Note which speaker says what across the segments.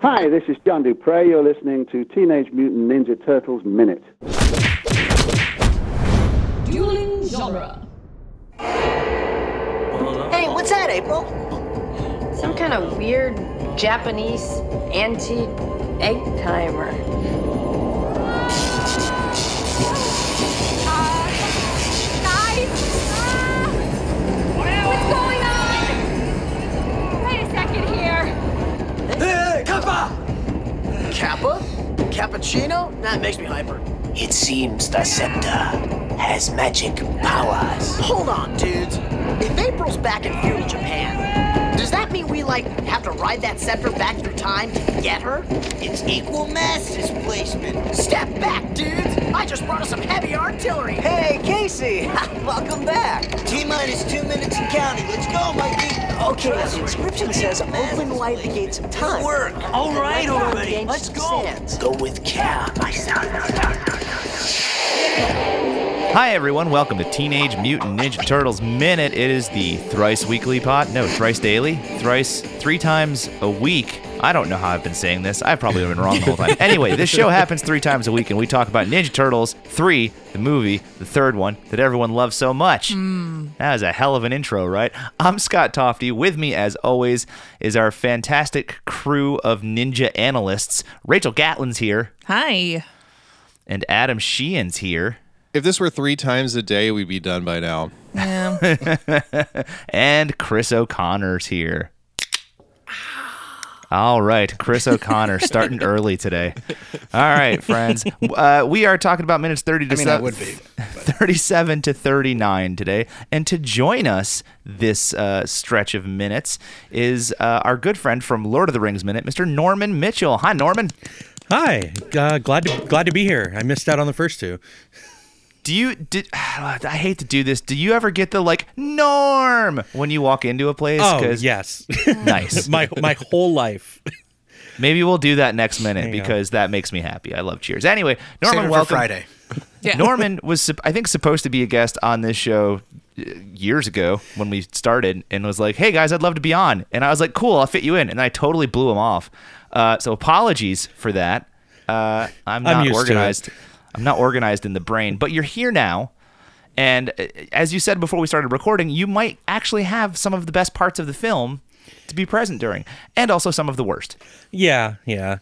Speaker 1: Hi, this is John Dupre. You're listening to Teenage Mutant Ninja Turtles Minute.
Speaker 2: Dueling genre.
Speaker 3: Hey, what's that, April?
Speaker 4: Some kind of weird Japanese antique egg timer.
Speaker 5: Guys? What's going on? Wait a second here.
Speaker 3: Hey, Kappa! Kappa? Cappuccino? That makes me hyper.
Speaker 6: It seems the scepter has magic powers.
Speaker 3: Hold on, dudes. If April's back in feudal Japan, does that mean we, like, have to ride that scepter back through time to get her?
Speaker 6: It's equal mass displacement.
Speaker 3: Step back, dudes! I just brought us some heavy artillery.
Speaker 7: Hey, Casey! Welcome back!
Speaker 6: T minus two minutes and counting. Let's go, Mikey.
Speaker 7: Okay, the inscription says open wide the gates of time.
Speaker 6: Work.
Speaker 3: Oh,
Speaker 6: All right already.
Speaker 4: Ancient
Speaker 6: Let's go.
Speaker 4: sands.
Speaker 6: Go with care, my son.
Speaker 8: Hi, everyone. Welcome to Teenage Mutant Ninja Turtles Minute. It is the thrice weekly pot. No, thrice daily. Thrice, three times a week. I don't know how I've been saying this. I've probably been wrong the whole time. Anyway, this show happens three times a week, and we talk about Ninja Turtles 3, the movie, the third one that everyone loves so much. That is a hell of an intro, right? I'm Scott Tofty. With me, as always, is our fantastic crew of ninja analysts. Rachel Gatlin's here,
Speaker 9: Hi.
Speaker 8: and Adam Sheehan's here.
Speaker 10: If this were three times a day, we'd be done by now.
Speaker 9: Yeah.
Speaker 8: And Chris O'Connor's here. All right, Chris O'Connor starting early today. All right, friends. Uh, we are talking about minutes 30 to
Speaker 11: I mean,
Speaker 8: se-
Speaker 11: I would be.
Speaker 8: 37 to 39 today. And to join us this uh, stretch of minutes is uh, our good friend from Lord of the Rings Minute, Mr. Norman Mitchell. Hi, Norman.
Speaker 11: Hi, uh, glad to glad to be here. I missed out on the first two.
Speaker 8: Do you did I hate to do this. Do you ever get the like Norm when you walk into a place
Speaker 11: Oh
Speaker 8: 'Cause-
Speaker 11: yes,
Speaker 8: Nice.
Speaker 11: my my whole life.
Speaker 8: Maybe we'll do that next minute
Speaker 11: you go.
Speaker 8: because that makes me happy. I love Cheers. Anyway,
Speaker 11: Save
Speaker 8: Norman,
Speaker 11: it for
Speaker 8: welcome.
Speaker 11: Friday.
Speaker 9: Yeah.
Speaker 8: Norman was, sup- I think, supposed to be a guest on this show uh, years ago when we started, and was like, "Hey guys, I'd love to be on," and I was like, "Cool, I'll fit you in," and I totally blew him off. Uh, so apologies for that. Uh, I'm
Speaker 11: I'm
Speaker 8: not
Speaker 11: used to it.
Speaker 8: organized. I'm not organized in the brain, but you're here now. And uh, as you said before we started recording, you might actually have some of the best parts of the film to be present during, and also some of the worst.
Speaker 11: Yeah, yeah.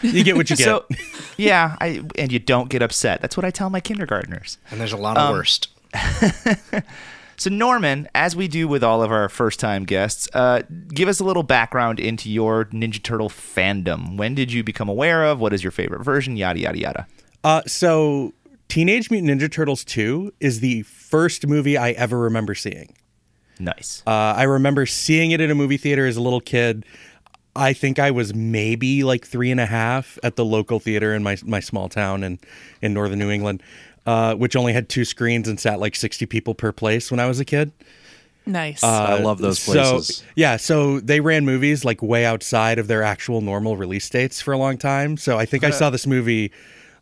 Speaker 11: you get what you get.
Speaker 8: So, yeah, I and you don't get upset. That's what I tell my kindergartners.
Speaker 11: and there's a lot of worst.
Speaker 8: So, Norman, as we do with all of our first-time guests, uh, give us a little background into your Ninja Turtle fandom. When did you become aware of? What is your favorite version? Yada yada yada.
Speaker 11: Uh, so, Teenage Mutant Ninja Turtles two is the first movie I ever remember seeing.
Speaker 8: Nice.
Speaker 11: Uh, I remember seeing it in a movie theater as a little kid. I think I was maybe like three and a half at the local theater in my my small town in in northern New England, uh, which only had two screens and sat like sixty people per place when I was a kid.
Speaker 9: Nice.
Speaker 10: I love those places.
Speaker 11: So yeah, so they ran movies like way outside of their actual normal release dates for a long time. So I think I saw this movie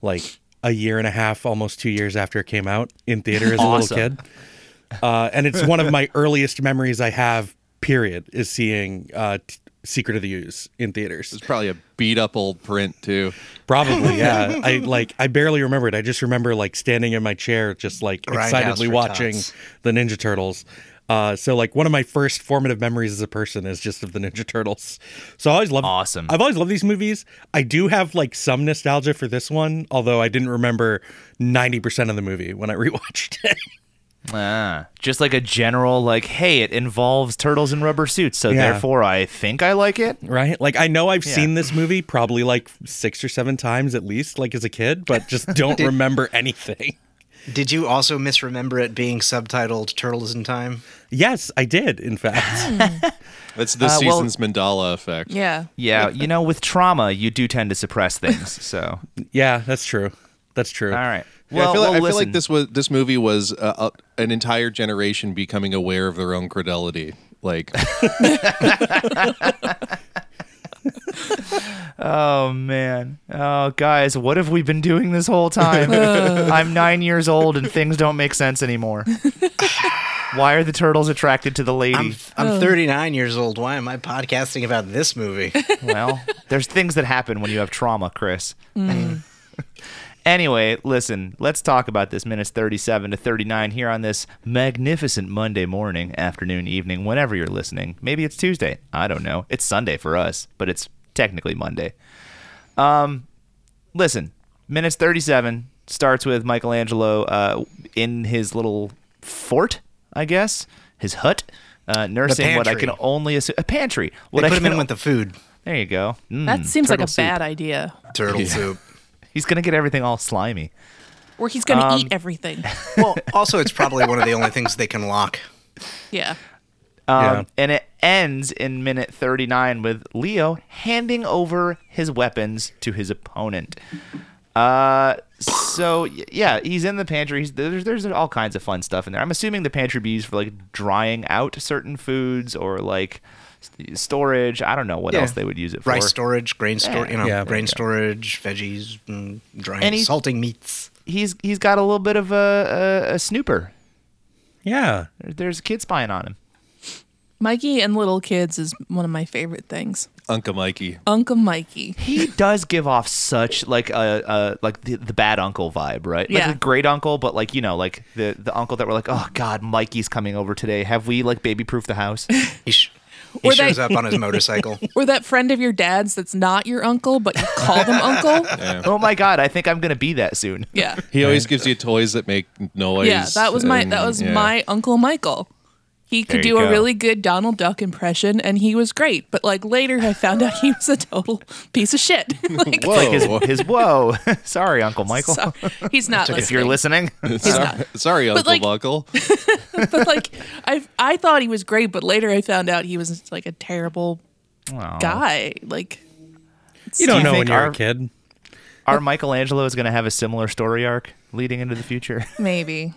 Speaker 11: like a year and a half, almost two years after it came out in theater as
Speaker 8: Awesome.
Speaker 11: a little kid. Uh, and it's one of my earliest memories I have. Period is seeing uh, t- Secret of the Ooze in theaters.
Speaker 10: it's probably a beat up old print too.
Speaker 11: Probably yeah. I like I barely remember it. I just remember like standing in my chair, just like excitedly
Speaker 7: for
Speaker 11: watching
Speaker 7: tots.
Speaker 11: the Ninja Turtles. Uh, so like one of my first formative memories as a person is just of the Ninja Turtles. So I always love
Speaker 8: Awesome.
Speaker 11: I've always loved these movies. I do have like some nostalgia for this one, although I didn't remember ninety percent of the movie when I rewatched it.
Speaker 8: Ah, just like a general, like, hey, it involves turtles in rubber suits, so
Speaker 11: Yeah.
Speaker 8: therefore I think I like it.
Speaker 11: right? Like I know I've
Speaker 8: Yeah.
Speaker 11: seen this movie probably like six or seven times at least, like as a kid, but just don't remember anything.
Speaker 7: Did you also misremember it being subtitled Turtles in Time?
Speaker 11: Yes, I did, in fact.
Speaker 10: That's this
Speaker 8: Uh, well-
Speaker 10: season's mandala effect.
Speaker 9: yeah.
Speaker 8: Yeah, you know, with trauma, you do tend to suppress things. So,
Speaker 11: yeah, that's true. That's true.
Speaker 8: all right.
Speaker 10: Yeah,
Speaker 8: Well,
Speaker 10: I feel like,
Speaker 8: well,
Speaker 10: I feel
Speaker 8: listen.
Speaker 10: like this was this movie was uh, uh, an entire generation becoming aware of their own credulity. Like
Speaker 8: Oh man. Oh guys, what have we been doing this whole time? I'm 9 years old and things don't make sense anymore. Why are the turtles attracted to the lady? I'm,
Speaker 7: I'm 39 years old. Why am I podcasting about this movie?
Speaker 8: Well, there's things that happen when you have trauma, Chris.
Speaker 9: Mm.
Speaker 8: Anyway, listen, let's talk about this minutes 37 to 39 here on this magnificent Monday morning, afternoon, evening, whenever you're listening. Maybe it's Tuesday. I don't know. It's Sunday for us, but it's technically Monday. Um, listen, minutes 37 starts with Michelangelo uh, in his little fort, I guess, his hut, uh, nursing what I
Speaker 7: pantry.
Speaker 8: can only assume a pantry. What
Speaker 7: They
Speaker 8: I
Speaker 7: put him
Speaker 8: can
Speaker 7: in with the food.
Speaker 8: There you go. Mm,
Speaker 9: That seems like
Speaker 8: turtle
Speaker 9: a
Speaker 8: soup.
Speaker 9: bad idea.
Speaker 7: Turtle
Speaker 8: Yeah.
Speaker 7: soup.
Speaker 8: He's gonna get everything all slimy.
Speaker 9: Or he's going to
Speaker 8: Um,
Speaker 9: eat everything.
Speaker 7: Well, also, it's probably one of the only things they can lock.
Speaker 9: Yeah.
Speaker 8: Um,
Speaker 7: Yeah.
Speaker 8: And it ends in minute 39 with Leo handing over his weapons to his opponent. Uh, so y- yeah, he's in the pantry. He's, there's there's all kinds of fun stuff in there. I'm assuming the pantry be used for like drying out certain foods or like s- storage. I don't know what
Speaker 7: Yeah.
Speaker 8: else they would use it for.
Speaker 7: Rice storage, grain storage, you know,
Speaker 8: Yeah.
Speaker 7: grain
Speaker 8: Yeah.
Speaker 7: storage, veggies, mm, drying,
Speaker 8: And he-
Speaker 7: salting meats.
Speaker 8: He's he's got a little bit of a, a, a snooper.
Speaker 11: Yeah,
Speaker 8: there's a kid spying on him.
Speaker 9: Mikey and little kids is one of my favorite things.
Speaker 10: Uncle Mikey.
Speaker 9: Uncle Mikey.
Speaker 8: he does give off such like a, a like the, the bad uncle vibe, right?
Speaker 9: Yeah.
Speaker 8: Like a great uncle, but like you know, like the the uncle that we're like, oh god, Mikey's coming over today. Have we like baby proof the house?
Speaker 7: he sh-
Speaker 9: Or they- shows up
Speaker 7: on his motorcycle.
Speaker 9: Or that friend of your dad's that's not your uncle, but you call them uncle.
Speaker 8: Oh my god, I think I'm gonna be that soon.
Speaker 9: Yeah.
Speaker 10: He always gives you toys that make noise.
Speaker 9: yeah, that was my that
Speaker 10: and-
Speaker 9: was
Speaker 10: yeah.
Speaker 9: my uncle Michael. He could
Speaker 10: There you
Speaker 9: do a
Speaker 10: go.
Speaker 9: really good Donald Duck impression, and he was great. But like later, I found out he was a total piece of shit. like,
Speaker 8: It's like his, his whoa. Sorry, Uncle Michael.
Speaker 9: So- he's not.
Speaker 8: if you're
Speaker 9: listening.
Speaker 8: listening,
Speaker 10: sorry, sorry,
Speaker 9: But,
Speaker 10: Uncle
Speaker 9: like-
Speaker 10: Buckle.
Speaker 9: but like I I thought he was great, but later I found out he was like a terrible guy. Like
Speaker 11: You don't know when
Speaker 8: think
Speaker 11: you're
Speaker 8: our-
Speaker 11: a kid.
Speaker 8: our Michelangelo is gonna have a similar story arc leading into the future.
Speaker 9: maybe.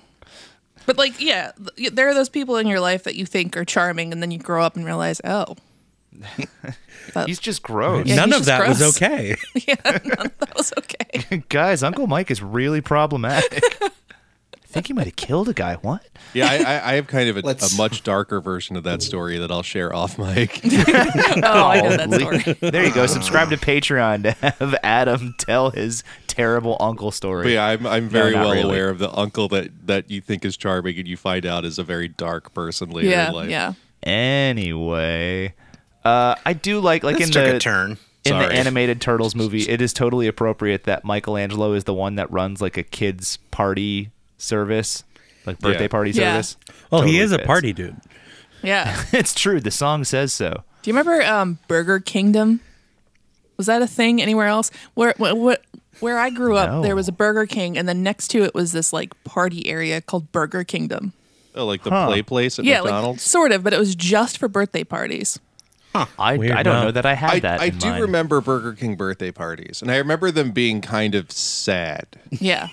Speaker 9: But like yeah, th- there are those people in your life that you think are charming, and then you grow up and realize, oh,
Speaker 8: He's just gross.
Speaker 9: Yeah,
Speaker 11: None
Speaker 9: he's
Speaker 11: of
Speaker 9: just
Speaker 11: that was
Speaker 9: gross.
Speaker 11: okay.
Speaker 9: yeah, that was okay.
Speaker 8: Guys, Uncle Mike is really problematic. I think he might have killed a guy. What?
Speaker 10: Yeah, I, I, I have kind of a, a
Speaker 8: Let's-
Speaker 10: much darker version of that story that I'll share off mic.
Speaker 9: oh, I know that
Speaker 8: Holy-
Speaker 9: story.
Speaker 8: There you go. Subscribe to Patreon to have Adam tell his terrible uncle story.
Speaker 10: But yeah, I'm I'm very
Speaker 8: No, not
Speaker 10: well
Speaker 8: really.
Speaker 10: aware of the uncle that that you think is charming and you find out is a very dark person later
Speaker 9: Yeah,
Speaker 10: in life.
Speaker 9: yeah.
Speaker 8: Anyway, uh, I do like like
Speaker 7: This
Speaker 8: in
Speaker 7: took
Speaker 8: the
Speaker 7: a turn.
Speaker 8: in
Speaker 10: Sorry.
Speaker 8: the animated Turtles movie. It is totally appropriate that Michelangelo is the one that runs like a kids party service, like birthday
Speaker 11: Yeah.
Speaker 8: party
Speaker 9: Yeah.
Speaker 8: service.
Speaker 11: Well, he
Speaker 8: Totally
Speaker 11: is a
Speaker 8: fits.
Speaker 11: party dude.
Speaker 9: Yeah.
Speaker 8: it's true. The song says so.
Speaker 9: Do you remember um, Burger Kingdom? Was that a thing anywhere else? Where wh- wh- where I grew up,
Speaker 8: No.
Speaker 9: there was a Burger King, and then next to it was this like party area called Burger Kingdom.
Speaker 10: Oh, like the
Speaker 8: Huh.
Speaker 10: play place at
Speaker 9: yeah, like,
Speaker 10: McDonald's.
Speaker 9: sort of, but it was just for birthday parties.
Speaker 8: I, I don't
Speaker 11: enough.
Speaker 8: know that I had
Speaker 10: I,
Speaker 8: that.
Speaker 10: I
Speaker 8: in
Speaker 10: do
Speaker 8: mind.
Speaker 10: remember Burger King birthday parties, and I remember them being kind of sad.
Speaker 9: Yeah,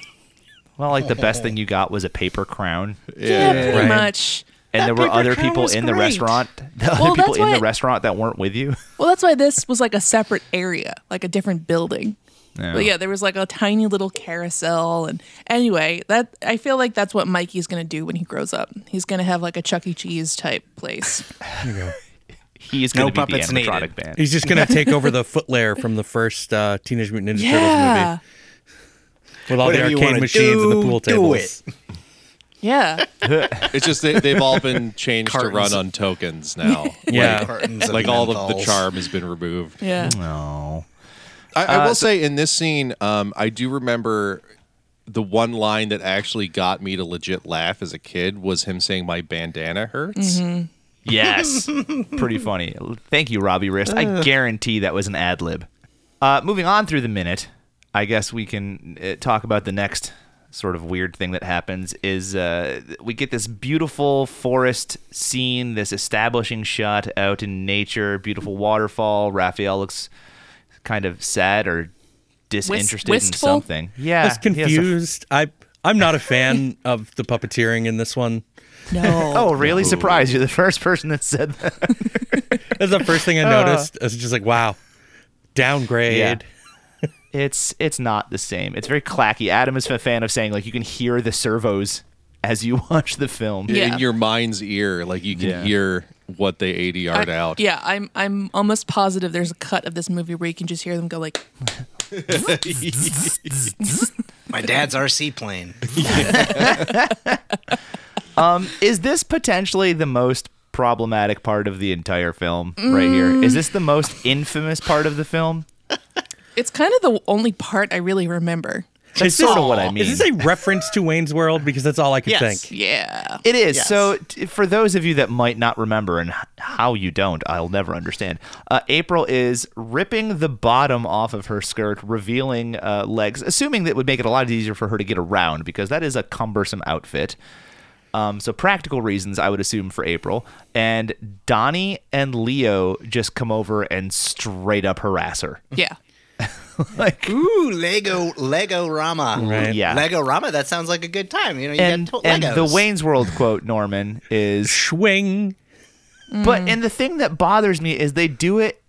Speaker 8: Well, like the best thing you got was a paper crown.
Speaker 9: yeah, pretty
Speaker 11: Right.
Speaker 9: much.
Speaker 8: And there were
Speaker 7: paper
Speaker 8: other
Speaker 7: crown
Speaker 8: people
Speaker 7: was
Speaker 8: in the
Speaker 7: great.
Speaker 8: restaurant. The
Speaker 9: Well,
Speaker 8: other people
Speaker 9: that's
Speaker 8: in the
Speaker 9: why-
Speaker 8: restaurant that weren't with you.
Speaker 9: Well, that's why this was like a separate area, like a different building. But yeah, there was like a tiny little carousel, and anyway, that I feel like that's what Mikey's gonna do when he grows up. He's gonna have like a Chuck E. Cheese type place.
Speaker 8: He is
Speaker 7: No
Speaker 8: going to be the
Speaker 7: puppets
Speaker 8: animatronic
Speaker 7: needed.
Speaker 8: band.
Speaker 11: He's just gonna take over the foot layer from the first uh, Teenage Mutant Ninja Turtles movie with all
Speaker 7: Whatever
Speaker 11: the
Speaker 7: you
Speaker 11: arcade
Speaker 7: wanna
Speaker 11: machines and the
Speaker 7: do,
Speaker 11: pool
Speaker 7: do
Speaker 11: tables.
Speaker 9: yeah,
Speaker 10: It's just they, they've all been changed to
Speaker 7: Cartons.
Speaker 10: run on tokens now.
Speaker 11: Yeah.
Speaker 7: Cartons
Speaker 10: like,
Speaker 7: of
Speaker 10: like all of the
Speaker 7: menthols.
Speaker 10: charm has been removed.
Speaker 9: yeah.
Speaker 8: No.
Speaker 10: I, I
Speaker 8: Uh,
Speaker 10: will say in this scene, um, I do remember the one line that actually got me to legit laugh as a kid was him saying, "My bandana
Speaker 8: Mm-hmm.
Speaker 10: hurts."
Speaker 8: Yes. Pretty funny. Thank you, Robbie Wrist. I guarantee that was an ad lib. Uh, moving on through the minute, I guess we can uh, talk about the next sort of weird thing that happens is uh, we get this beautiful forest scene, this establishing shot out in nature, beautiful waterfall. Raphael looks kind of sad or disinterested
Speaker 9: wistful?
Speaker 8: in something. Yeah.
Speaker 11: I was
Speaker 8: he has a-
Speaker 11: confused. I I'm not a fan of the puppeteering in this one.
Speaker 9: No.
Speaker 8: Oh, really? Surprised. You're the first person that said that.
Speaker 11: That's the first thing I
Speaker 8: Uh.
Speaker 11: noticed. I was just like, wow, downgrade.
Speaker 8: It's it's not the same. It's very clacky. Adam is a fan of saying like you can hear the servos as you watch the film.
Speaker 9: Yeah.
Speaker 10: in your mind's ear. Like you can
Speaker 8: Yeah.
Speaker 10: hear what they ADR'd
Speaker 9: I-
Speaker 10: out.
Speaker 9: Yeah, I'm I'm almost positive there's a cut of this movie where you can just hear them go like
Speaker 7: My dad's RC plane.
Speaker 8: Um, is this potentially the most problematic part of the entire film right here? Is this the most infamous part of the film?
Speaker 9: it's kind of the only part I really remember.
Speaker 8: That's sort of what I mean.
Speaker 11: Is this a reference to Wayne's World? Because that's all I could think.
Speaker 9: Yeah.
Speaker 8: It is.
Speaker 9: Yes.
Speaker 8: So, t- for those of you that might not remember, and h- how you don't, I'll never understand. Uh, April is ripping the bottom off of her skirt, revealing uh, legs, assuming that would make it a lot easier for her to get around because that is a cumbersome outfit. Um, so, practical reasons, I would assume, for April. And Donnie and Leo just come over and straight up harass her.
Speaker 9: Yeah.
Speaker 8: like
Speaker 7: ooh, Lego Lego Rama.
Speaker 8: Right. Yeah.
Speaker 7: Lego Rama. That sounds like a good time. You know, you
Speaker 8: and,
Speaker 7: got to-
Speaker 8: and
Speaker 7: Legos.
Speaker 8: the Wayne's World quote, Norman, is
Speaker 11: swing.
Speaker 8: But and the thing that bothers me is they do it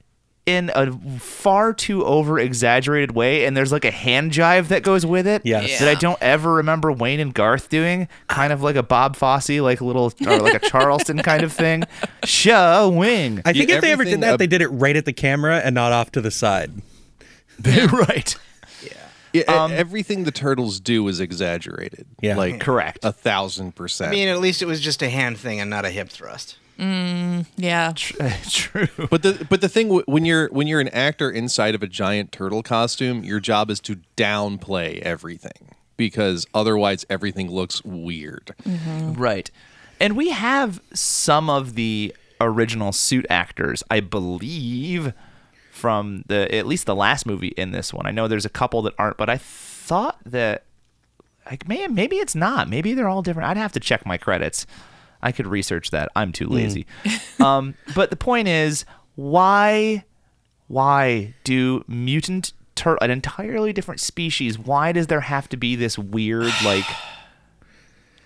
Speaker 8: in a far too over exaggerated way, and there's like a hand jive that goes with it.
Speaker 11: Yes.
Speaker 8: That I don't ever remember Wayne and Garth doing, kind of like a Bob Fosse, like little or like a Charleston kind of thing. Show wing.
Speaker 11: I think if they ever did that, they did it right at the camera and not off to the side.
Speaker 8: right.
Speaker 10: Yeah, e- everything the turtles do is exaggerated.
Speaker 11: Um, Yeah.
Speaker 10: Like
Speaker 8: correct.
Speaker 10: A thousand
Speaker 7: I
Speaker 10: percent.
Speaker 7: mean, at least it was just a hand thing and not a hip thrust.
Speaker 9: Mm, yeah.
Speaker 8: True.
Speaker 10: But the but the thing w- when you're when you're an actor inside of a giant turtle costume, your job is to downplay everything because otherwise everything looks weird.
Speaker 8: Right. And we have some of the original suit actors, I believe, from the at least the last movie in this one. I know there's a couple that aren't, but I thought that like man, maybe it's not. Maybe they're all different. I'd have to check my credits. I could research that. I'm too lazy. um, but the point is, why why do mutant turtle an entirely different species, why does there have to be this weird like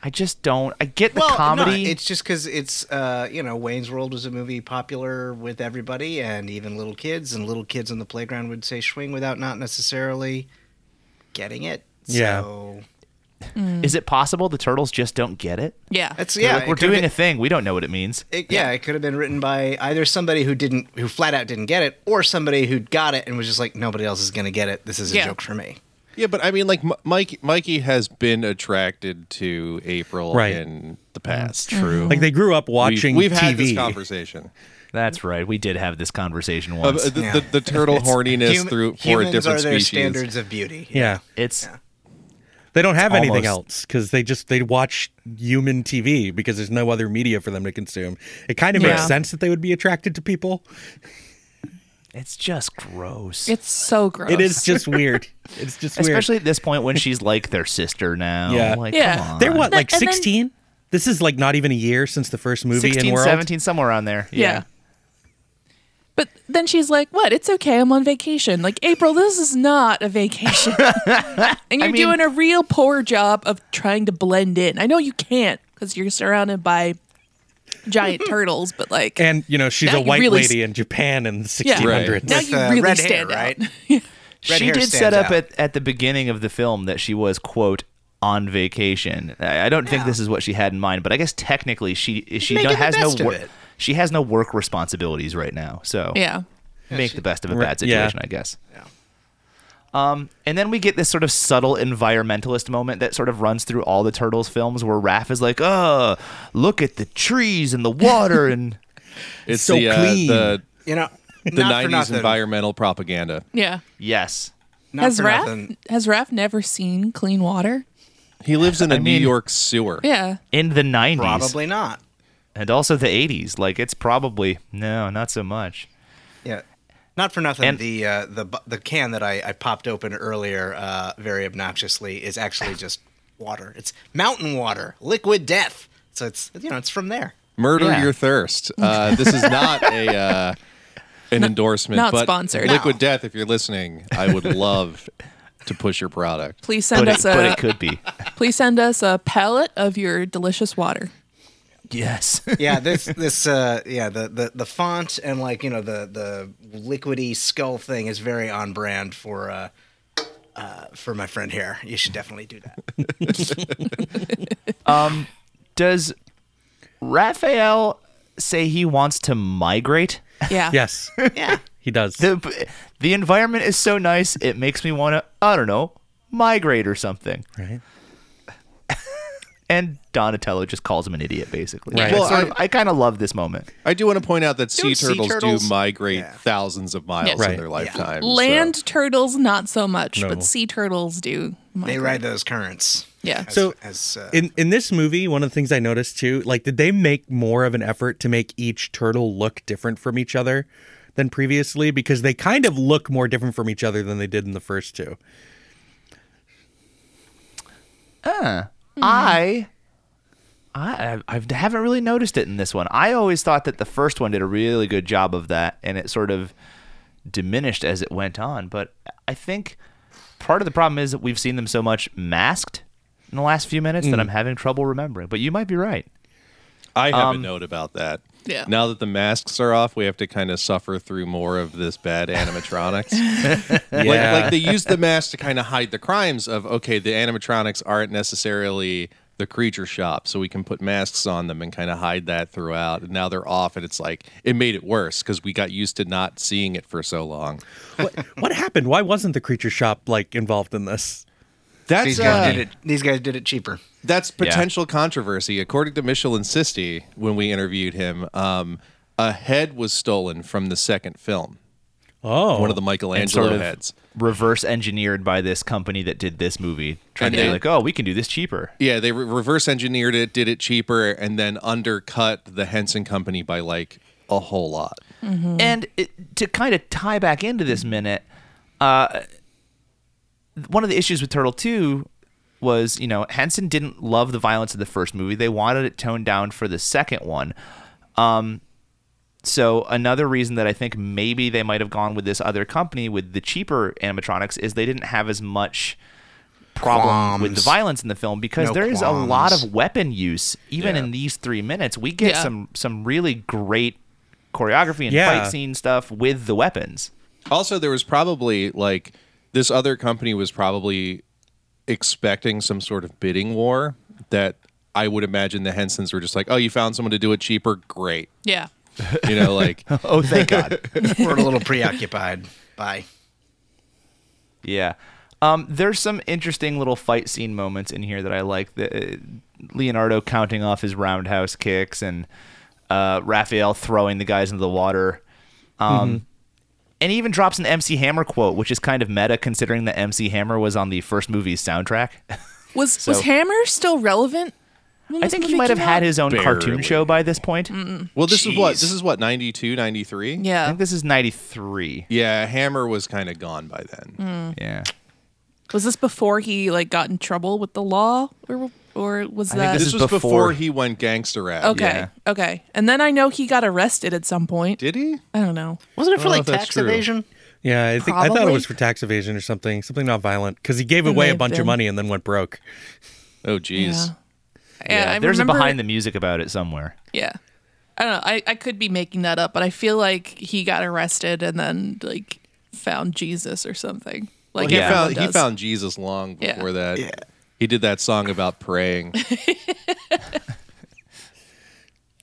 Speaker 8: I just don't I get the
Speaker 7: well,
Speaker 8: comedy.
Speaker 7: No, it's just because it's uh, you know Wayne's World was a movie popular with everybody and even little kids, and little kids on the playground would say swing without not necessarily getting it.
Speaker 8: Yeah.
Speaker 7: So,
Speaker 8: Is it possible the turtles just don't get it?
Speaker 9: yeah,
Speaker 7: that's
Speaker 8: They're
Speaker 7: yeah.
Speaker 8: like, we're
Speaker 7: it could've
Speaker 8: doing
Speaker 7: been-
Speaker 8: a thing. We don't know what it means.
Speaker 7: It, yeah, it could have been written by either somebody who didn't, who flat out didn't get it, or somebody who got it and was just like, nobody else is going to get it. This is a
Speaker 10: Yeah.
Speaker 7: joke for me.
Speaker 10: Yeah, but I mean, like M- Mike, Mikey has been attracted to April
Speaker 11: Right.
Speaker 10: in the past.
Speaker 11: That's
Speaker 9: Mm-hmm.
Speaker 11: true. Mhm. Like, they grew up watching
Speaker 10: We've, we've had this
Speaker 11: TV.
Speaker 10: conversation.
Speaker 8: That's right. We did have this conversation
Speaker 10: Uh,
Speaker 8: once.
Speaker 10: the- the- the turtle
Speaker 8: It's-
Speaker 10: horniness
Speaker 7: Hum-
Speaker 10: through- for a
Speaker 7: humans
Speaker 10: different
Speaker 7: are their
Speaker 10: species.
Speaker 7: standards of beauty.
Speaker 11: Yeah.
Speaker 8: It's
Speaker 11: They don't have
Speaker 8: It's
Speaker 11: anything
Speaker 8: almost-
Speaker 11: else because they just they watch human TV because there's no other media for them to consume. It kind of
Speaker 9: Yeah.
Speaker 11: makes sense that they would be attracted to people.
Speaker 8: It's just gross.
Speaker 9: It's so gross.
Speaker 11: It is just weird. It's just weird.
Speaker 8: Especially at this point when she's like their sister now.
Speaker 11: yeah,
Speaker 8: Like, Come on.
Speaker 11: They're what like
Speaker 9: And then-
Speaker 11: 16? This is like not even a year since the first movie
Speaker 8: 16,
Speaker 11: in world.
Speaker 8: 17, somewhere around there.
Speaker 9: Yeah. But then she's like, "What? It's okay. I'm on vacation." Like, "April, this is not a vacation." and you're doing a real poor job of trying to blend in. I know you can't cuz you're surrounded by giant turtles, but like
Speaker 11: And you know she's
Speaker 9: Now
Speaker 11: a
Speaker 9: you
Speaker 11: white
Speaker 9: really
Speaker 11: lady in Japan in the
Speaker 9: Yeah.
Speaker 11: 1600s.
Speaker 9: Now you really stand out.
Speaker 7: Red
Speaker 8: she
Speaker 7: hair
Speaker 8: did set
Speaker 7: stands
Speaker 8: up
Speaker 7: out.
Speaker 8: at, at the beginning of the film that she was quote on vacation. I I don't think this is what she had in mind, but I guess technically she she
Speaker 7: Making
Speaker 8: don't-
Speaker 7: the
Speaker 8: has no
Speaker 7: best of
Speaker 8: wor-
Speaker 7: it.
Speaker 8: she has no work responsibilities right now. So
Speaker 7: Yeah. Yeah,
Speaker 8: make
Speaker 7: she-
Speaker 8: the best of a
Speaker 7: Right,
Speaker 8: bad
Speaker 7: yeah.
Speaker 8: situation, I guess. Um, and then we get this sort of subtle environmentalist moment that sort of runs through all the Turtles films where Raph is like, oh, look at the trees and the water and
Speaker 10: It's the, uh, the
Speaker 7: you know
Speaker 10: the
Speaker 7: not for
Speaker 10: 90s
Speaker 7: nothing.
Speaker 10: environmental propaganda.
Speaker 9: Yeah.
Speaker 8: Yes.
Speaker 7: Not
Speaker 9: has
Speaker 7: for
Speaker 9: Raph
Speaker 7: nothing.
Speaker 9: has Raph never seen clean water?
Speaker 10: He lives in a New
Speaker 8: mean-
Speaker 10: York sewer.
Speaker 9: Yeah.
Speaker 8: in the 90s.
Speaker 7: Probably not.
Speaker 8: And also the 80s. Like, it's probably, no, not so much.
Speaker 7: Yeah. Not for nothing, the uh, the bu- the can that I, I popped open earlier uh, very obnoxiously is actually just water. It's mountain water, liquid death. So it's you know it's from there.
Speaker 10: Murder
Speaker 7: Yeah.
Speaker 10: your thirst. Uh, this is not a uh, an endorsement,
Speaker 7: not
Speaker 10: but
Speaker 7: sponsored.
Speaker 10: Liquid
Speaker 7: No.
Speaker 10: Death. If you're listening, I would love to push your product.
Speaker 9: Please send us a
Speaker 8: be.
Speaker 9: Please send us a pallet of your delicious water.
Speaker 8: Yes.
Speaker 7: yeah, this this uh yeah, the, the the font and like, you know, the the liquidy skull thing is very on brand for uh uh, for my friend here. You should definitely do that.
Speaker 8: Um, does Raphael say he wants to migrate?
Speaker 9: Yeah.
Speaker 11: Yes.
Speaker 7: Yeah.
Speaker 11: He does.
Speaker 8: The, the environment is so nice, it makes me want to, I don't know, migrate or something.
Speaker 11: Right.
Speaker 8: and Donatello just calls him an idiot, basically.
Speaker 10: Right.
Speaker 8: It's
Speaker 10: Well,
Speaker 8: sort of- I, kind of love this moment.
Speaker 10: I do want to point out that sea
Speaker 8: Don't sea
Speaker 10: turtles,
Speaker 8: turtles-
Speaker 10: do migrate thousands of miles
Speaker 9: Yes.
Speaker 10: in
Speaker 9: Right.
Speaker 10: their lifetime. so-
Speaker 9: Land turtles, not so much,
Speaker 10: No.
Speaker 9: but sea turtles do.
Speaker 7: They ride those currents.
Speaker 9: Yeah.
Speaker 7: As,
Speaker 11: So,
Speaker 7: as uh,
Speaker 11: in in this movie, one of the things I noticed too, like, did they make more of an effort to make each turtle look different from each other than previously? Because they kind of look more different from each other than they did in the first two.
Speaker 8: Uh, I, I, I I haven't really noticed it in this one. I always thought that the first one did a really good job of that, and it sort of diminished as it went on. But I think part of the problem is that we've seen them so much masked in the last few minutes that
Speaker 10: Mm.
Speaker 8: I'm having trouble remembering. But you might be right.
Speaker 10: I have a
Speaker 8: Um,
Speaker 10: note about that.
Speaker 8: Yeah.
Speaker 10: Now that the masks are off, we have to kind of suffer through more of this bad animatronics. like,
Speaker 11: Yeah.
Speaker 10: like they use the mask to kind of hide the crimes of okay, the animatronics aren't necessarily the creature shop, so we can put masks on them and kind of hide that throughout. And now they're off, and it's like it made it worse because we got used to not seeing it for so long.
Speaker 11: What happened? Why wasn't the creature shop like involved in this?
Speaker 10: That's
Speaker 7: these guys
Speaker 10: uh,
Speaker 7: did it. These guys did it cheaper.
Speaker 10: That's potential controversy. According to Michelin Sisti, when we interviewed him, um, a head was stolen from the second film.
Speaker 11: Oh,
Speaker 10: one of the
Speaker 8: And
Speaker 10: Michelangelo
Speaker 8: sort of
Speaker 10: heads.
Speaker 8: reverse engineered by this company that did this movie, trying
Speaker 10: And
Speaker 8: to be
Speaker 10: they-
Speaker 8: like, oh, we can do this cheaper.
Speaker 10: Yeah, they re- reverse engineered it, did it cheaper, and then undercut the Henson Company by like a whole lot.
Speaker 8: And it, to kind of tie back into this minute, uh, one of the issues with Turtle 2 was, you know, Henson didn't love the violence of the first movie. They wanted it toned down for the second one. Um, so another reason that I think maybe they might have gone with this other company with the cheaper animatronics is they didn't have as much problem with the
Speaker 7: Qualms.
Speaker 8: violence in the film because
Speaker 7: No
Speaker 8: there is a lot
Speaker 7: qualms.
Speaker 8: of weapon use even
Speaker 7: Yeah.
Speaker 8: in these 3 minutes. We get
Speaker 7: Yeah.
Speaker 8: some some really great choreography and
Speaker 10: Yeah.
Speaker 8: fight scene stuff with the weapons.
Speaker 10: Also, there was probably like this other company was probably expecting some sort of bidding war that I would imagine the Hensons were just like, oh, you found someone to do it cheaper? Great.
Speaker 9: Yeah.
Speaker 10: You know, like,
Speaker 8: oh, thank God.
Speaker 7: We're a little preoccupied by
Speaker 8: Yeah. Um, there's some interesting little fight scene moments in here that I like. The, uh, Leonardo counting off his roundhouse kicks and uh, Raphael throwing the guys into the water. Um,
Speaker 12: Mhm.
Speaker 8: And he even drops an MC Hammer quote, which is kind of meta considering that MC Hammer was on the first movie's soundtrack.
Speaker 9: Was
Speaker 8: So-
Speaker 9: was Hammer still relevant?
Speaker 8: I think he might have had his own cartoon
Speaker 10: Barely.
Speaker 8: show by this point.
Speaker 10: well, this is what? This is what, 92, 93?
Speaker 9: Yeah. I think
Speaker 8: this is 93.
Speaker 10: Yeah, Hammer was kind of gone by then.
Speaker 9: Mm.
Speaker 8: Yeah.
Speaker 9: Was this before he like got in trouble with the law, or or was
Speaker 10: I
Speaker 9: that?
Speaker 10: think this, was before, he went gangster rap.
Speaker 9: Okay. Okay. And then I know he got arrested at some point.
Speaker 10: Did he?
Speaker 9: I don't know.
Speaker 7: Wasn't
Speaker 10: it for, I don't know like, if that's tax true. evasion?
Speaker 11: Yeah, I think I thought it
Speaker 9: Probably.
Speaker 11: was for tax evasion or something, something not violent, because he gave
Speaker 9: It may
Speaker 11: away a
Speaker 9: have
Speaker 11: bunch
Speaker 9: been.
Speaker 11: of money and then went broke.
Speaker 10: Oh, geez.
Speaker 9: Yeah. Yeah, I
Speaker 8: there's a
Speaker 9: remember-
Speaker 8: behind the music about it somewhere.
Speaker 9: Yeah. I don't know. I, I could be making that up, but I feel like he got arrested and then like found Jesus or something. Like
Speaker 10: he
Speaker 9: everyone
Speaker 10: found he
Speaker 9: does.
Speaker 10: found Jesus long
Speaker 9: Yeah.
Speaker 10: before that. He did that song about praying.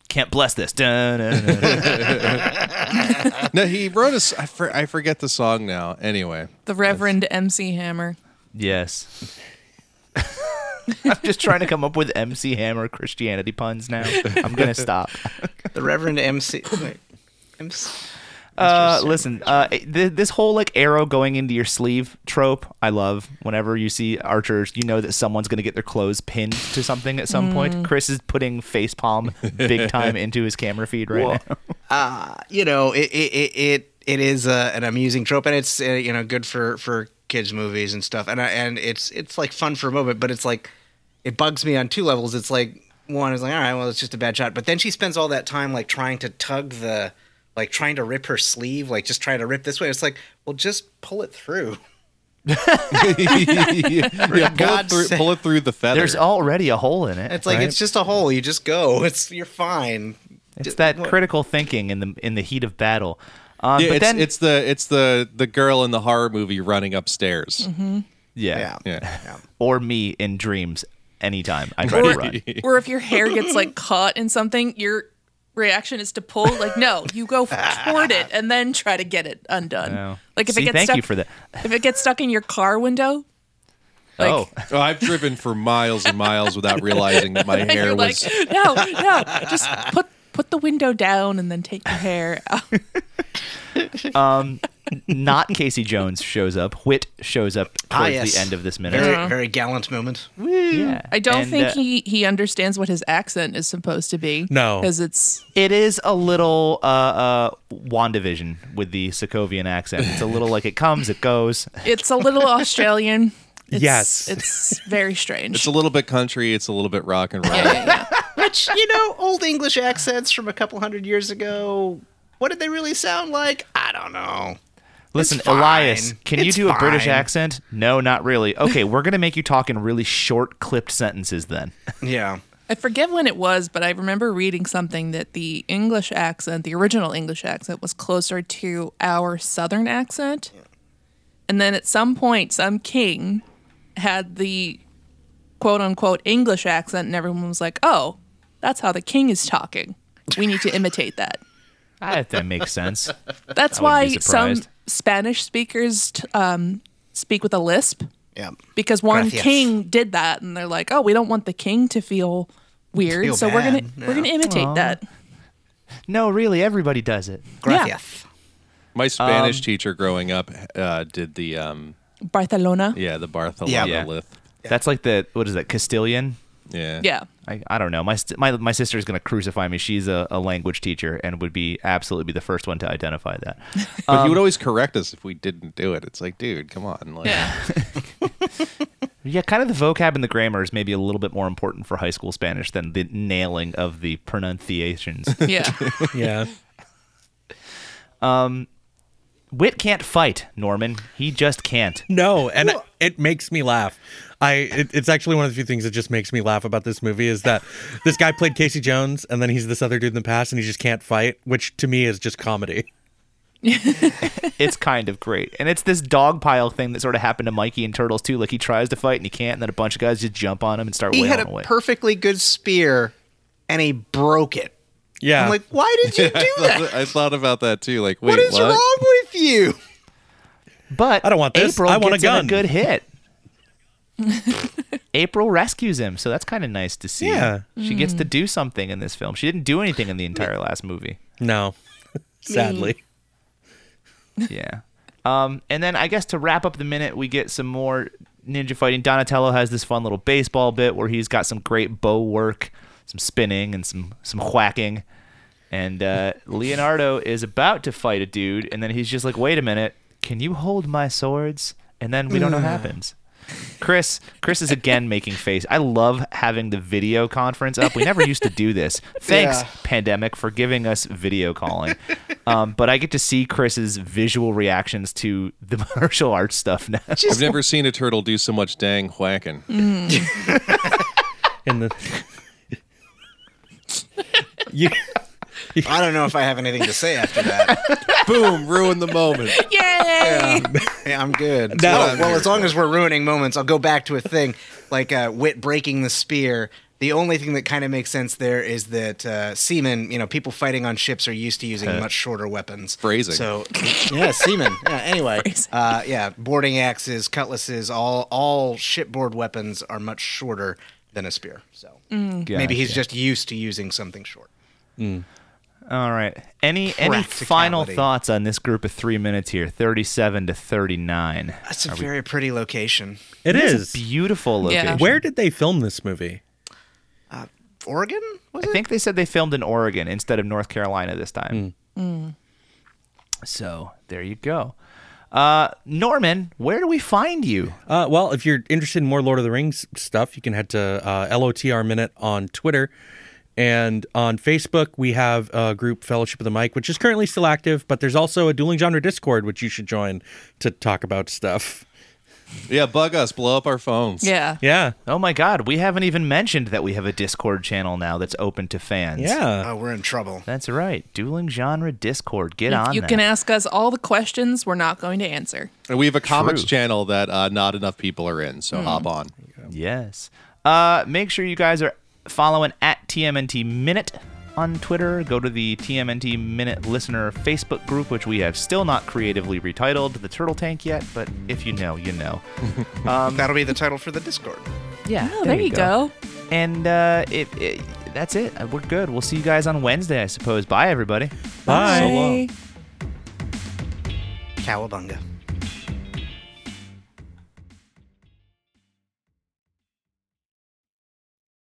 Speaker 8: Can't bless this. Dun-dun-dun-dun.
Speaker 10: no, he wrote a. s- I, for, I forget the song now. Anyway,
Speaker 9: the Reverend MC Hammer.
Speaker 8: Yes. I'm just trying to come up with MC Hammer Christianity puns now. I'm gonna stop.
Speaker 7: the Reverend MC. wait, MC
Speaker 8: Uh, listen, uh, th- this whole like arrow going into your sleeve trope, I love. Whenever you see archers, you know that someone's gonna get their clothes pinned to something at some
Speaker 7: Mm.
Speaker 8: point. Chris is putting facepalm big time into his camera feed right
Speaker 7: Well,
Speaker 8: now.
Speaker 7: uh, you know, it it it it, it is uh an amusing trope, and it's uh, you know good for for kids movies and stuff, and I, and it's it's like fun for a moment, but it's like it bugs me on two levels. It's like one is like, all right, well, it's just a bad shot, but then she spends all that time like trying to tug the like trying to rip her sleeve, like just trying to rip this way. It's like, well, just pull it through.
Speaker 10: yeah, pull, it
Speaker 7: God's
Speaker 10: through,
Speaker 7: sake.
Speaker 10: pull it through the feather.
Speaker 8: There's already a hole in it.
Speaker 7: It's like it's just a hole. You just go. It's you're fine.
Speaker 8: it's that critical thinking in the in the heat of battle. Um,
Speaker 10: yeah,
Speaker 8: but
Speaker 10: it's,
Speaker 8: then
Speaker 9: Mm-hmm.
Speaker 10: it's the it's the the girl in the horror movie running upstairs.
Speaker 8: Yeah. Or me in dreams anytime I try
Speaker 9: or,
Speaker 8: to run.
Speaker 9: or if your hair gets like caught in something, your reaction is to pull. Like, no, you go toward it and then try to get it undone.
Speaker 8: No.
Speaker 9: Like if
Speaker 8: See,
Speaker 9: it gets
Speaker 8: thank
Speaker 9: stuck,
Speaker 8: you for that.
Speaker 9: if it gets stuck in your car window,
Speaker 10: oh. I've driven for miles and miles without realizing that my
Speaker 9: and
Speaker 10: hair
Speaker 9: you're like,
Speaker 10: was.
Speaker 9: no, no, just put put the window down and then take your hair out.
Speaker 8: Um, not Casey Jones shows up. Whit shows up towards
Speaker 7: Ah, yes.
Speaker 8: the end of this minute.
Speaker 7: Very, very gallant moment.
Speaker 8: Yeah.
Speaker 9: Uh-huh. I don't
Speaker 8: And,
Speaker 9: think
Speaker 8: uh,
Speaker 9: he he understands what his accent is supposed to be.
Speaker 8: No.
Speaker 9: because it's
Speaker 8: It is a little uh, uh, Wandavision with the Sokovian accent. It's a little like it comes, it goes.
Speaker 9: it's a little Australian. It's,
Speaker 8: Yes.
Speaker 9: it's very strange.
Speaker 10: It's a little bit country. It's a little bit rock and roll.
Speaker 7: Which, you know, old English accents from a couple hundred years ago, what did they really sound like? I don't know.
Speaker 8: Listen,
Speaker 7: It's fine.
Speaker 8: Elias, can you
Speaker 7: It's
Speaker 8: do a British
Speaker 7: fine.
Speaker 8: accent? No, not really. Okay, we're gonna make you talk in really short, clipped sentences then.
Speaker 7: Yeah.
Speaker 9: I forget when it was, but I remember reading something that the English accent, the original English accent, was closer to our Southern accent. And then at some point, some king had the quote unquote English accent, and everyone was like, oh, that's how the king is talking. We need to imitate that.
Speaker 8: That, that makes sense.
Speaker 9: That's
Speaker 8: I wouldn't
Speaker 9: why
Speaker 8: be
Speaker 9: some
Speaker 8: surprised.
Speaker 9: Spanish speakers t- um, speak with a lisp
Speaker 7: Yeah.
Speaker 9: because one
Speaker 7: Gracias.
Speaker 9: king did that, and they're like, "Oh, we don't want the king to feel weird,
Speaker 8: Feel
Speaker 9: so we're gonna
Speaker 8: bad,
Speaker 9: we're gonna
Speaker 8: yeah.
Speaker 9: imitate
Speaker 8: Aw.
Speaker 9: that."
Speaker 8: No, really, everybody does it.
Speaker 7: Gracias.
Speaker 10: My Spanish
Speaker 8: Um,
Speaker 10: teacher growing up uh, did the um,
Speaker 9: Barcelona.
Speaker 10: yeah the Bartholomewith.
Speaker 8: That's like the what is that Castilian?
Speaker 10: Yeah.
Speaker 9: Yeah.
Speaker 8: I, I don't know. My st- my my sister's gonna crucify me. She's a, a language teacher and would be absolutely be the first one to identify that.
Speaker 10: But he
Speaker 8: Um,
Speaker 10: would always correct us if we didn't do it. It's like, dude, come on. Like,
Speaker 8: Yeah, kind of the vocab and the grammar is maybe a little bit more important for high school Spanish than the nailing of the pronunciations.
Speaker 9: Yeah.
Speaker 11: yeah.
Speaker 8: Um, Wit can't fight, Norman. He just can't.
Speaker 11: No, and it makes me laugh. I it, it's actually one of the few things that just makes me laugh about this movie is that this guy played Casey Jones and then he's this other dude in the past and he just can't fight, which to me is just comedy.
Speaker 8: It's kind of great. And it's this dog pile thing that sort of happened to Mikey and Turtles too. Like he tries to fight and he can't, and then a bunch of guys just jump on him and start
Speaker 7: He
Speaker 8: wailing
Speaker 7: had a
Speaker 8: away.
Speaker 7: perfectly good spear and he broke it.
Speaker 11: Yeah.
Speaker 7: I'm like, why did you
Speaker 10: I,
Speaker 7: do that?
Speaker 10: thought, I thought about that too. Like, wait,
Speaker 7: What is wrong with you?
Speaker 8: But
Speaker 11: I don't want this.
Speaker 8: April
Speaker 11: I want a
Speaker 8: gets him
Speaker 11: gun.
Speaker 8: good hit. April rescues him, so that's kind of nice to see.
Speaker 11: Yeah.
Speaker 8: She gets
Speaker 7: Mm.
Speaker 8: to do something in this film. She didn't do anything in the entire last movie.
Speaker 11: No. Sadly.
Speaker 8: yeah. Um, and then I guess to wrap up the minute, we get some more ninja fighting. Donatello has this fun little baseball bit where he's got some great bow work, some spinning, and some some whacking. And uh, Leonardo is about to fight a dude, and then he's just like, "Wait a minute, can you hold my swords?" And then we don't know what happens. Chris, Chris is again making face. I love having the video conference up. We never used to do this. Thanks,
Speaker 7: Yeah.
Speaker 8: pandemic, for giving us video calling. Um, but I get to see Chris's visual reactions to the martial arts stuff now.
Speaker 10: I've never seen a turtle do so much dang whacking.
Speaker 11: In the you,
Speaker 7: I don't know if I have anything to say after that.
Speaker 10: Boom, ruin the moment.
Speaker 9: Yay!
Speaker 7: Yeah, I'm good.
Speaker 11: No.
Speaker 7: well, well, as long as we're ruining moments, I'll go back to a thing like uh, Wit breaking the spear. The only thing that kind of makes sense there is that uh, seamen, you know, people fighting on ships are used to using
Speaker 10: Uh,
Speaker 7: much shorter weapons.
Speaker 10: phrasing.
Speaker 7: So, yeah, seamen. Yeah, anyway, uh, yeah, boarding axes, cutlasses, all all shipboard weapons are much shorter than a spear. So
Speaker 8: Mm.
Speaker 7: maybe he's
Speaker 8: Gotcha.
Speaker 7: just used to using something short.
Speaker 8: All right. Any any final
Speaker 7: Practicality.
Speaker 8: thoughts on this group of three minutes here? Thirty-seven to thirty-nine.
Speaker 7: That's a
Speaker 8: Are we-
Speaker 7: very pretty location.
Speaker 11: It
Speaker 8: It is
Speaker 11: is.
Speaker 8: a beautiful
Speaker 7: Yeah.
Speaker 8: location.
Speaker 11: Where did they film this movie?
Speaker 7: Oregon? Was
Speaker 8: I think they said they filmed in Oregon instead of North Carolina this time.
Speaker 7: Hmm.
Speaker 8: So there you go. Uh, Norman, where do we find you?
Speaker 11: Uh, well, if you're interested in more Lord of the Rings stuff, you can head to uh, LOTR Minute on Twitter. And on Facebook, we have a group, Fellowship of the Mic, which is currently still active, but there's also a dueling genre Discord, which you should join to talk about stuff.
Speaker 10: Yeah, bug us, blow up our phones.
Speaker 9: Yeah.
Speaker 11: Yeah.
Speaker 8: Oh my God, we haven't even mentioned that we have a Discord channel now that's open to fans.
Speaker 7: Oh, we're in trouble.
Speaker 8: That's right. Dueling genre Discord. Get
Speaker 9: you,
Speaker 8: on.
Speaker 9: you
Speaker 8: that.
Speaker 9: can ask us all the questions we're not going to answer.
Speaker 10: And we have a comics
Speaker 8: True.
Speaker 10: channel that uh, not enough people are in, so
Speaker 9: Mm.
Speaker 10: hop on.
Speaker 8: Yes. Uh, make sure you guys are following at TMNT Minute on Twitter. Go to the TMNT Minute Listener Facebook group, which we have still not creatively retitled the Turtle Tank yet, but if you know, you know. Um,
Speaker 7: That'll be the title for the Discord.
Speaker 8: Yeah.
Speaker 9: Oh, there you go.
Speaker 8: And uh, it, it, that's it. Uh, We're good. We'll see you guys on Wednesday, I suppose. Bye, everybody.
Speaker 11: Bye. So long.
Speaker 7: Cowabunga.